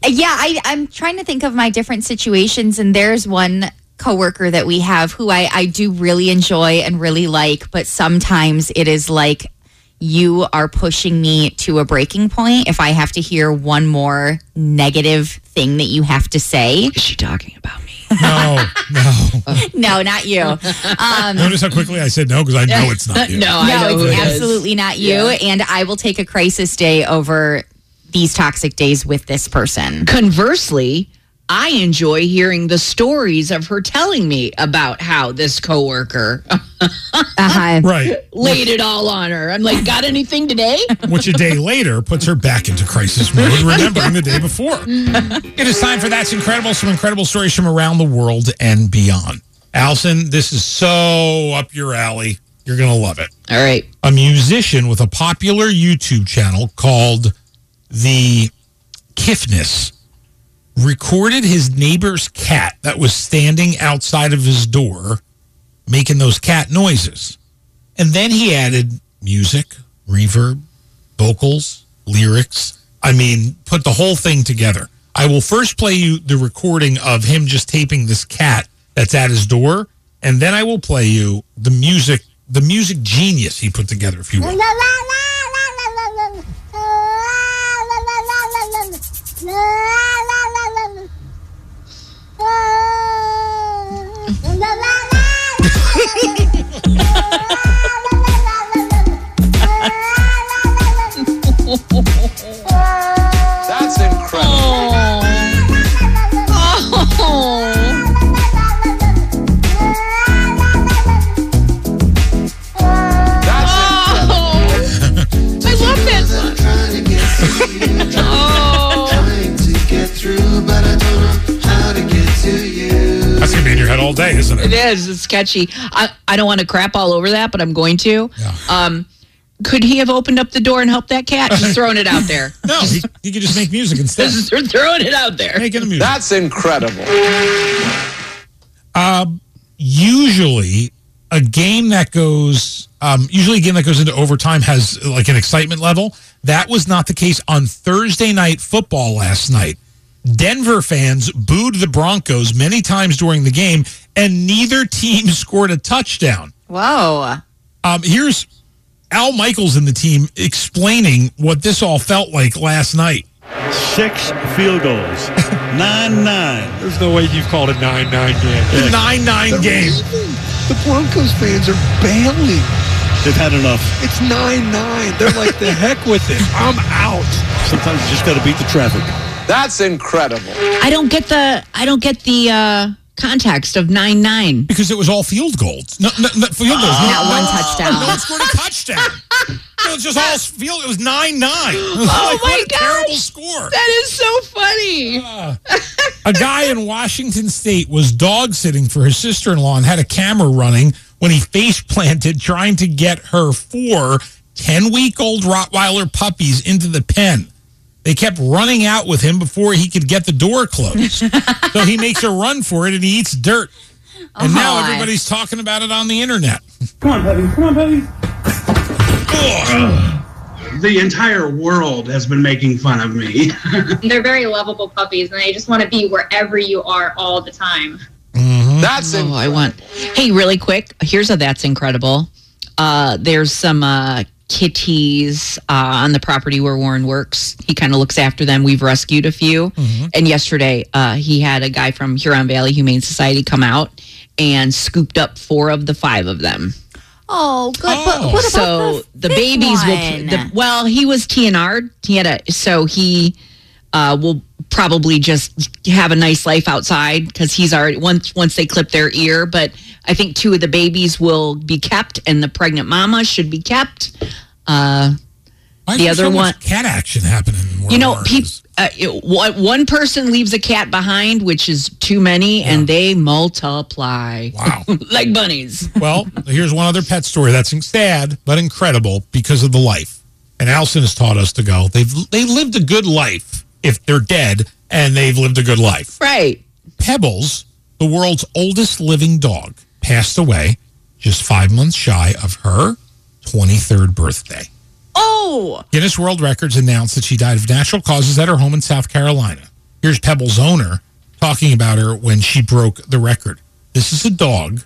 E: Yeah, I, I'm trying to think of my different situations, and there's one coworker that we have who I, I do really enjoy and really like, but sometimes it is like you are pushing me to a breaking point if I have to hear one more negative thing that you have to say.
D: Is she talking about me?
C: No, no.
E: no, not you. Um,
C: Notice how quickly I said no because I know it's not you.
E: no, it's absolutely not you. And I will take a crisis day over these toxic days with this person.
D: Conversely, I enjoy hearing the stories of her telling me about how this coworker
E: Uh-huh.
C: Right.
D: laid it all on her. I'm like, got anything today?
C: which a day later puts her back into crisis mode, remembering the day before. It is time for That's Incredible, some incredible stories from around the world and beyond. Allison, this is so up your alley. You're going to love it.
D: All right.
C: A musician with a popular YouTube channel called The Kiffness recorded his neighbor's cat that was standing outside of his door making those cat noises. And then he added music, reverb, vocals, lyrics. I mean, put the whole thing together. I will first play you the recording of him just taping this cat that's at his door, and then I will play you the music, the music genius he put together, if you will.
G: That's incredible.
D: Oh. I love that one. Oh.
C: all day, isn't it?
D: It is. It's sketchy. I, I don't want to crap all over that, but I'm going to. Um, could he have opened up the door and helped that cat? Just throwing it out there.
C: No, he, he could just make music instead.
D: Just throwing it out there.
C: Making a music.
P: That's incredible.
C: Um, usually, a game that goes um, usually a game that goes into overtime has like an excitement level. That was not the case on Thursday night football last night. Denver fans booed the Broncos many times during the game, and neither team scored a touchdown.
E: Whoa.
C: Um, here's Al Michaels and the team explaining what this all felt like last night.
Q: Six field goals. nine nine. There's no way you've called a nine nine game.
C: Nine nine game.
R: The Broncos fans are bailing.
Q: They've had enough.
R: It's nine nine. They're like the heck with it. I'm out.
Q: Sometimes you just got to beat the traffic.
P: That's incredible.
D: I don't get the I don't get the uh, context of nine nine.
C: Because it was all field goals. No, no, no field goals.
D: Not
C: No-
D: one
C: no-
S: Oh.
D: touchdown.
C: No one scored a touchdown. it was just all field. It was nine nine.
D: Oh my
C: what a terrible
D: gosh.
C: score.
D: That is so funny.
C: A guy in Washington State was dog sitting for his sister in law and had a camera running when he face planted trying to get her four 10 week old Rottweiler puppies into the pen. They kept running out with him before he could get the door closed. so he makes a run for it and he eats dirt. And now
T: Oh, my.
C: everybody's talking about it on the internet.
T: Come on, Peppy. Come on, Peppy. Ugh. The entire world has been making fun of me.
S: They're very lovable puppies, and they just want to be wherever you are all the time.
D: That's oh, I want. Hey, really quick. Here's a that's incredible. Uh, there's some uh, kitties uh, on the property where Warren works. He kind of looks after them. We've rescued a few. And yesterday, uh, he had a guy from Huron Valley Humane Society come out and scooped up four of the five of them.
E: Oh, good. But what about
D: so the, babies will. The, well, he was TNR. He had a so he uh, will probably just have a nice life outside because he's already once once they clip their ear. But I think two of the babies will be kept, and the pregnant mama should be kept. Uh,
C: Why is
D: the
C: there
D: other
C: so
D: one,
C: much cat action happening? in the world?
D: you know, peop, uh, it- one one person leaves a cat behind, which is too many, and they multiply.
C: Wow.
D: like bunnies.
C: Well, here's one other pet story that's sad but incredible because of the life. And Alson has taught us to go. They've they lived a good life if they're dead, and they've lived a good life.
D: Right.
C: Pebbles, the world's oldest living dog, passed away just five months shy of her 23rd birthday.
E: Oh.
C: Guinness World Records announced that she died of natural causes at her home in South Carolina. Here's Pebble's owner talking about her when she broke the record. This is a dog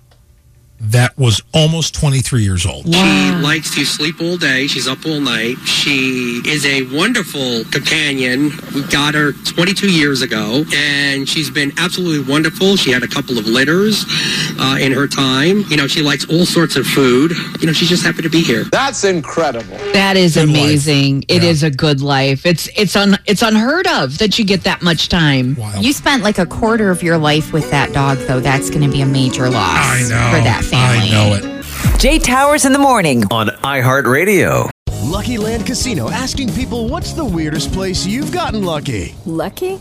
C: that was almost 23 years old.
U: She likes to sleep all day. She's up all night. She is a wonderful companion. We got her 22 years ago, and she's been absolutely wonderful. She had a couple of litters uh, in her time. You know, she likes all sorts of food. You know, she's just happy to be here.
P: That's incredible.
D: That is amazing. It is a good life. It's it's un it's unheard of that you get that much time.
E: You spent like a quarter of your life with that dog, though. That's going to be a major loss for that family.
F: it. Jay Towers in the morning on iHeartRadio.
V: Lucky Land Casino asking people what's the weirdest place you've gotten lucky?
W: Lucky?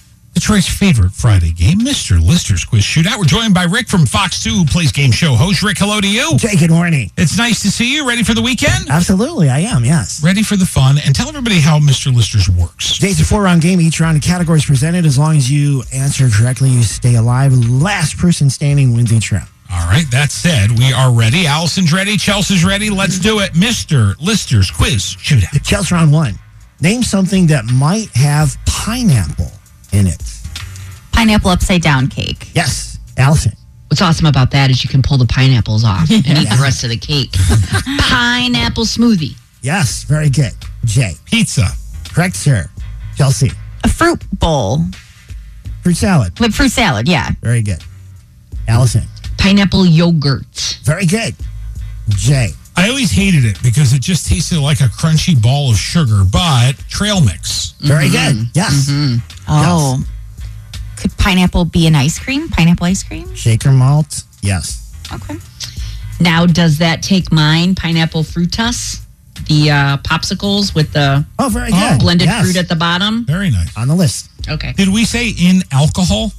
C: Detroit's favorite Friday game, Mr. Lister's Quiz Shootout. We're joined by Rick from Fox 2, who plays game show host. Rick, hello to you.
X: Jay, good morning.
C: It's nice to see you. Ready for the weekend?
X: Absolutely, I am, yes.
C: Ready for the fun. And tell everybody how Mr. Lister's works.
X: Today's a four round game. Each round of categories presented. As long as you answer correctly, you stay alive. Last person standing wins each round.
C: All right, that said, we are ready. Allison's ready. Chelsea's ready. Let's do it. Mr. Lister's Quiz Shootout.
X: Chelsea round one. Name something that might have pineapple in it.
E: Pineapple upside down cake.
X: Yes. Allison.
D: What's awesome about that is you can pull the pineapples off and eat the rest of the cake. Pineapple smoothie.
X: Yes, very good. Jay.
C: Pizza.
X: Correct, sir. Chelsea.
E: A fruit bowl.
X: Fruit salad.
E: With fruit salad, yeah.
X: Very good. Allison.
D: Pineapple yogurt.
X: Very good.
C: Jay. I always hated it because it just tasted like a crunchy ball of sugar, but trail mix.
E: Very Mhm. good.
X: Yes.
E: Oh. Could pineapple be an ice cream? Pineapple ice cream?
X: Shaker malt. Yes.
D: Now, does that take mine? Pineapple frutas, the uh, popsicles with the
X: oh, very
C: good.
D: blended
C: Yes.
D: fruit at the bottom.
C: Very nice.
X: On the list.
D: Okay.
C: Did we say in alcohol?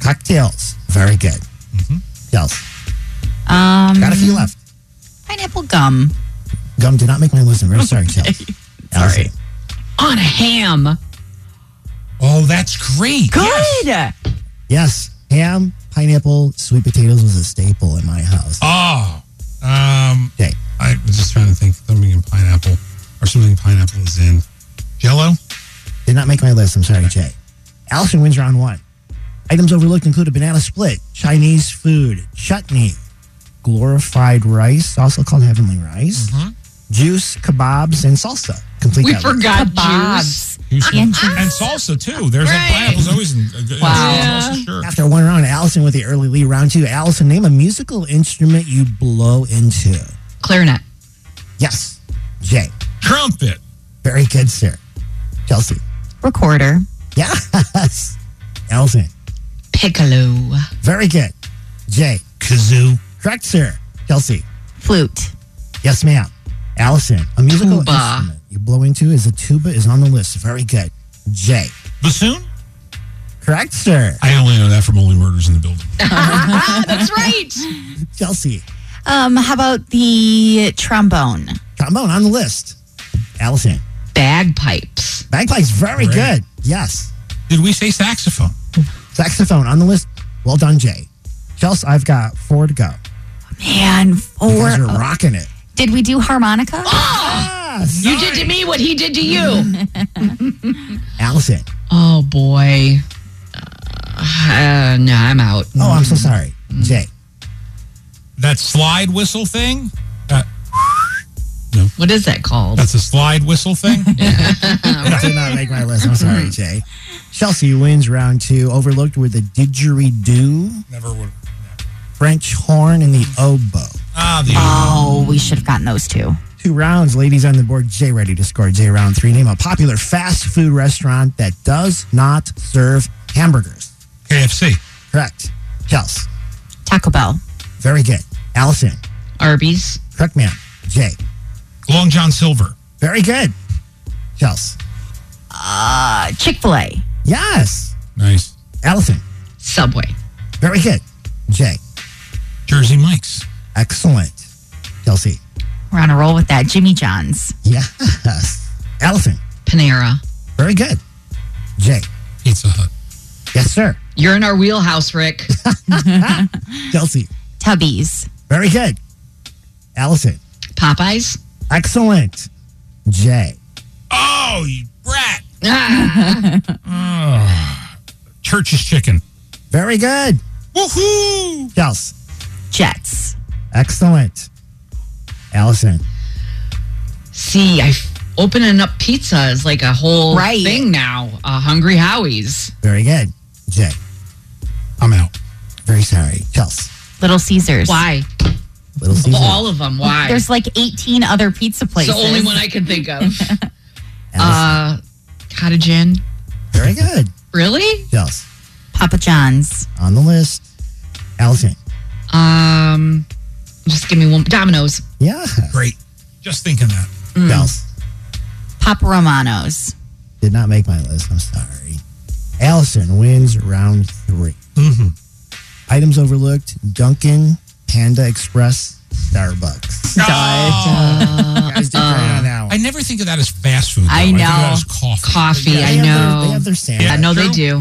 X: Cocktails. Very good. Yes.
E: Um,
X: Got a few left.
E: Pineapple gum.
X: Gum did not make my list. I'm very sorry, Chelsea. Sorry.
D: On a ham.
X: Oh, that's great.
D: Good.
X: Yes. Ham, pineapple, sweet potatoes was a staple in my house.
C: Oh. Um, I was just trying to think something in pineapple or something pineapple is in. Jello?
X: Did not make my list. I'm sorry, Jay. Allison wins round one. Items overlooked include a banana split, Chinese food, chutney, glorified rice, also called heavenly rice, juice, kebabs, and salsa. Complete that list.
E: Kebabs.
C: Juice
E: And
C: and, and salsa too. There's
E: Right.
C: a pineapple's always in. uh, in
E: Wow.
C: salsa, sure.
X: After one round, Allison with the early lead. Round two, Allison, name a musical instrument you blow into.
D: Clarinet.
X: Yes. Jay.
C: Trumpet.
X: Very good, sir. Chelsea.
E: Recorder.
X: Yes. Allison.
D: Piccolo.
X: Very good. Jay. Kazoo. Correct, sir. Chelsea.
E: Flute.
X: Yes, ma'am. Allison. A musical
D: Tuba.
X: instrument you blow into is a tuba is on the list. Very good. Jay.
C: Bassoon?
X: Correct, sir.
C: I only know that from Only Murders in the Building.
E: That's right.
X: Chelsea.
E: Um, how about the trombone?
X: Trombone on the list. Allison.
D: Bagpipes.
X: Bagpipes. Very
C: Great.
X: good. Yes.
C: Did we say saxophone?
X: Saxophone on the list. Well done, Jay. Chelsea, I've got four to go.
E: Man,
X: You
E: four.
X: guys are rocking it.
E: Did we do harmonica?
D: You did to me what he did to you.
X: Allison.
D: oh boy. Uh, no, I'm out.
X: Oh, I'm so sorry. Jay.
C: That slide whistle thing? Uh,
D: What is that called?
C: that's a slide whistle thing?
X: That did not make my list. I'm sorry, Jay. Chelsea wins round two, overlooked with the didgeridoo,
C: Never would.
X: French horn, and the oboe.
C: Ah, the
E: Oh, we should have gotten those two.
X: Two rounds, ladies on the board. Jay ready to score. Jay round three. Name a popular fast food restaurant that does not serve hamburgers.
C: KFC.
X: Correct. Chelsea.
E: Taco Bell.
X: Very good. Allison.
D: Arby's.
X: Correct, ma'am. Jay.
C: Long John Silver.
X: Very good. Chelsea.
E: Uh, Chick fil A.
X: Yes.
C: Nice.
X: Allison.
D: Subway.
X: Very good. Jay.
C: Jersey Mike's.
X: Excellent. Chelsea.
E: We're on a roll with that. Jimmy John's.
X: Yes. Allison.
D: Panera.
X: Very good. Jay.
C: Pizza Hut.
X: Yes, sir.
D: You're in our wheelhouse, Rick.
X: Chelsea.
E: Tubby's.
X: Very good. Allison.
D: Popeyes.
X: Excellent. Jay.
C: Oh, you brat.
D: Ah.
C: Ah. Church's Chicken.
X: Very good.
C: Woohoo!
X: Chelsea.
E: Jets.
X: Excellent. Allison.
D: See, I f- opening up pizza is like a whole
E: Right.
D: thing now. Uh, Hungry Howie's.
X: Very good. Jay.
C: I'm out.
X: Very sorry. Chelsea.
E: Little Caesars.
D: Why?
X: Little Caesar.
D: All of them. Why?
E: There's like 18 other pizza
D: it's
E: places.
D: the only one I can think of.
X: Allison.
D: uh, Cottage Inn.
X: Very good.
D: Really?
X: Chelsea.
E: Papa John's.
X: On the list. Allison.
D: Um, just give me one. Domino's.
X: Yeah.
C: Great. Just thinking that.
D: Hmm.
X: Chelsea.
E: Papa Romano's.
X: Did not make my list. I'm sorry. Allison wins round 3 Items overlooked Duncan, Panda Express, Starbucks. You guys did great on that one.
C: I never think of that as fast food. Though.
E: I
C: think of
E: know.
C: that as coffee.
D: Coffee.
X: They
D: I
X: have their-
D: know.
X: they have their sandwich.
D: I know they do.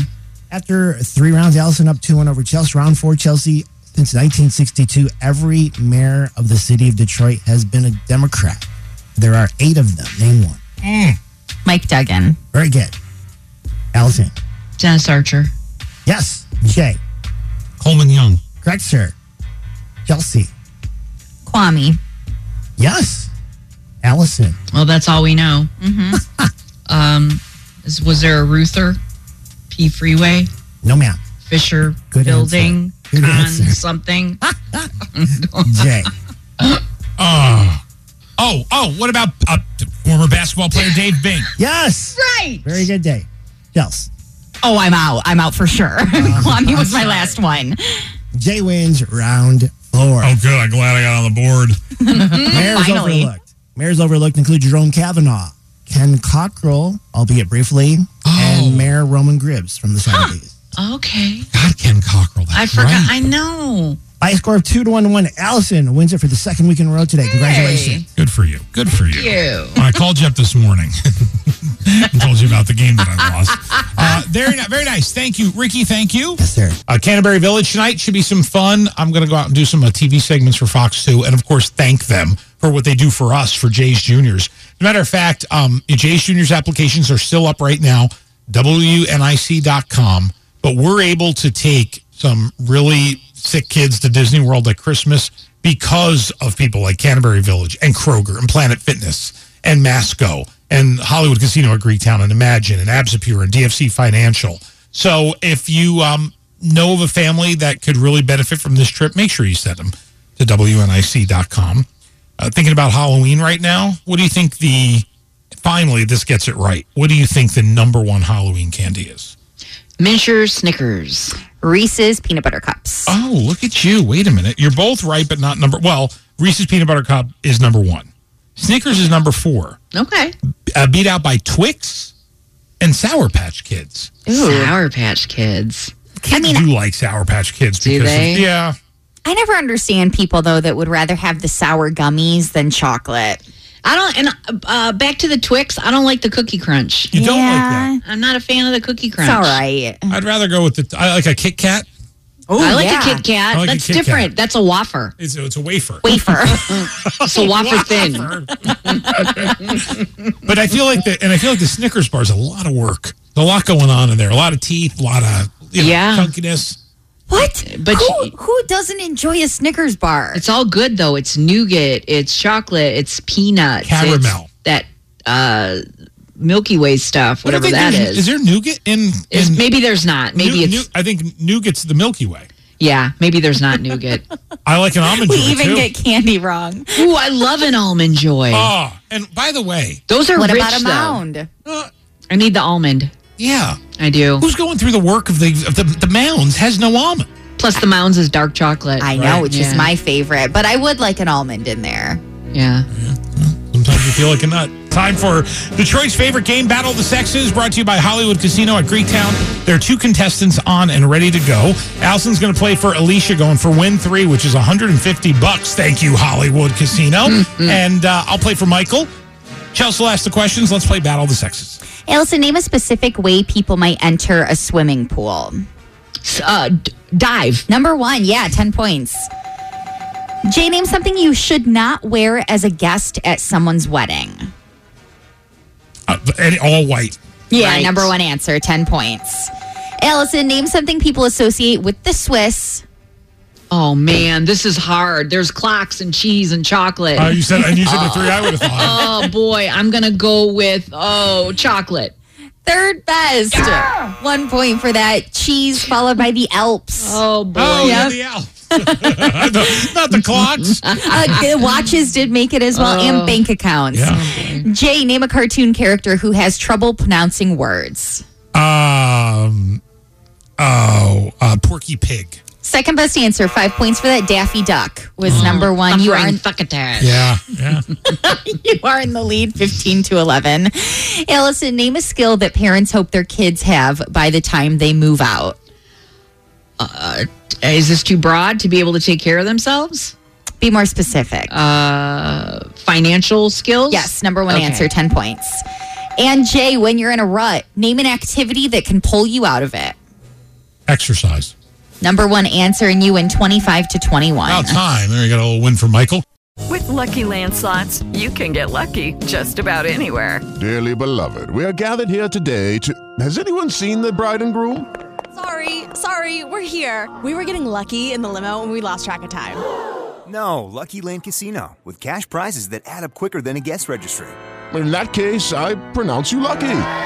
X: After three rounds, Allison up 2 1 over Chelsea. Round four, Chelsea. Since 1962, every mayor of the city of Detroit has been a Democrat. There are eight of them. Name one.
E: Mike Duggan.
X: Very good. Allison.
D: Dennis Archer.
X: Yes. Jay.
C: Coleman Young.
X: Correct, sir. Chelsea.
E: Kwame.
X: Yes. Allison.
D: Well, that's all we know. um, is, was there a Ruther? P Freeway?
X: No, ma'am.
D: Fisher
X: Good answer.
D: Building?
X: Good
D: Con
X: answer.
D: something?
X: Jay.
C: Oh. Oh, oh, what about uh, former basketball player Dave Bing?
X: Yes.
E: Right.
X: Very good day. Yes.
E: Oh, I'm out. I'm out for sure. Kwame was my last one.
X: Jay wins round four.
C: Oh, good. I'm glad I got on the board.
X: Mayors
E: Finally.
X: overlooked. Mayors overlooked include Jerome Kavanaugh, Ken Cockrell, albeit briefly,
E: Oh.
X: and Mayor Roman Gribbs from the 70s.
D: Okay.
C: God, Ken Cockrell.
D: I forgot. I know.
X: By a score of two to one to one, Allison wins it for the second week in a row today. Congratulations.
C: Good for you. Good for you. I called you up this morning and told you about the game that I lost. Uh, very, ni- very nice. Thank you, Ricky. Thank you. Yes,
X: sir.
C: Uh, Canterbury Village tonight should be some fun. I'm going to go out and do some uh, TV segments for Fox 2 and, of course, thank them for what they do for us for Jay's Juniors. As a matter of fact, um, Jay's Juniors applications are still up right now, WNIC.com. But we're able to take some really sick kids to Disney World at Christmas because of people like Canterbury Village and Kroger and Planet Fitness and Masco and Hollywood Casino at Greektown and Imagine and Absapure and DFC Financial. So if you um, know of a family that could really benefit from this trip, make sure you send them to WNIC.com. Uh, thinking about Halloween right now, what do you think the, finally, this gets it right. What do you think the number one Halloween candy is?
D: Minshew Snickers.
E: Reese's peanut butter cups.
C: Oh, look at you. Wait a minute. You're both right, but not number. Well, Reese's Peanut Butter Cup is number one. Snickers is number four,
D: Okay.
C: uh, beat out by Twix and Sour Patch Kids.
D: Sour Patch Kids.
E: I mean,
C: I do like Sour Patch Kids
D: Do
C: because, of-
D: they?
C: yeah.
E: I never understand people though that would rather have the sour gummies than chocolate.
D: I don't, and uh, back to the Twix, I don't like the cookie crunch.
C: You don't like that.
D: I'm not a fan of the cookie crunch.
E: It's all right.
C: I'd rather go with the, I like a Kit Kat.
E: Oh,
D: I like
E: yeah.
D: a Kit Kat.
C: I like a
D: That's
C: Kit Kat.
D: different. That's a wafer.
C: It's, it's a wafer.
E: wafer.
D: It's a wafer thin.
C: But I feel like the, and I feel like the Snickers bar is a lot of work. There's a lot going on in there. A lot of teeth, a lot of, you know,
D: Yeah.
C: chunkiness.
E: What?
D: But
E: who,
D: you-
E: who doesn't enjoy a Snickers bar?
D: It's all good though. It's nougat. It's chocolate. It's peanuts. it's
C: Caramel.
D: that uh, Milky Way stuff.
C: But I
D: Whatever
C: think
D: that
C: there's-
D: is.
C: Is there nougat in,
D: Is-
C: in
D: maybe there's not. Maybe
C: Nou-
D: it's
C: nou- I think nougat's the Milky Way.
D: yeah. Maybe there's not nougat.
C: I like an almond
E: we
C: joy
E: even
C: too.
E: get candy wrong.
D: Ooh, I love an almond joy.
C: oh, and by the way, uh,
D: Those are
E: What
D: rich
E: about a
D: though.
E: mound?
D: I need the almond.
C: yeah,
D: I do.
C: who's going through the work of the of the, the mounds has no almond.
D: Plus the mounds is dark chocolate.
E: I know,
C: Right.
E: which
D: Yeah.
E: is my favorite, but I would like an almond in there.
D: yeah.
C: Sometimes you feel like a nut. Time for Detroit's favorite game, Battle of the Sexes, brought to you by Hollywood Casino at Greektown. There are two contestants on and ready to go. Allison's going to play for Alicia, going for win three, which is 150 bucks. Thank you, Hollywood Casino. And uh, I'll play for Michael. Chelsea will ask the questions. Let's play Battle of the Sexes.
E: Allison, name a specific way people might enter a swimming pool.
D: S- Uh, d- dive.
E: Number one, yeah, 10 points. Jay, name something you should not wear as a guest at someone's wedding.
C: Uh, and all white.
E: Yeah,
D: Right.
E: number one answer, 10 points. Allison, name something people associate with the Swiss.
D: Oh man, this is hard. There's clocks and cheese and chocolate.
C: Uh, you said, and you said the three I would have thought.
D: oh boy, I'm gonna go with oh chocolate.
E: Third best. One point for that. Cheese followed by the Alps.
D: Oh boy.
C: Oh, yeah, the elves. The- not the clocks.
E: Uh, the watches did make it as well, and bank accounts. Jay, name a cartoon character who has trouble pronouncing words.
C: Um. Oh, uh, Porky Pig.
E: Second best answer, five points for that. Daffy Duck was number one. You are, in,
D: Thuckatash.
C: Yeah, yeah.
E: you are in the lead, 15 to 11. Allison, name a skill that parents hope their kids have by the time they move out.
D: Uh, Is this too broad to be able to take care of themselves?
E: Be more specific.
D: Uh, financial skills.
E: yes, number one
D: Okay.
E: answer, 10 points. And Jay, when you're in a rut, name an activity that can pull you out of it.
C: Exercise.
E: Number one answer, and you win 25 to 21.
C: About time. There you got a little win for Michael.
A: With Lucky Land slots, you can get lucky just about anywhere.
B: Dearly beloved, we are gathered here today to. Has anyone seen the bride and groom?
H: Sorry, sorry, we're here. We were getting lucky in the limo and we lost track of time.
I: No, Lucky Land Casino, with cash prizes that add up quicker than a guest registry.
B: In that case, I pronounce you lucky.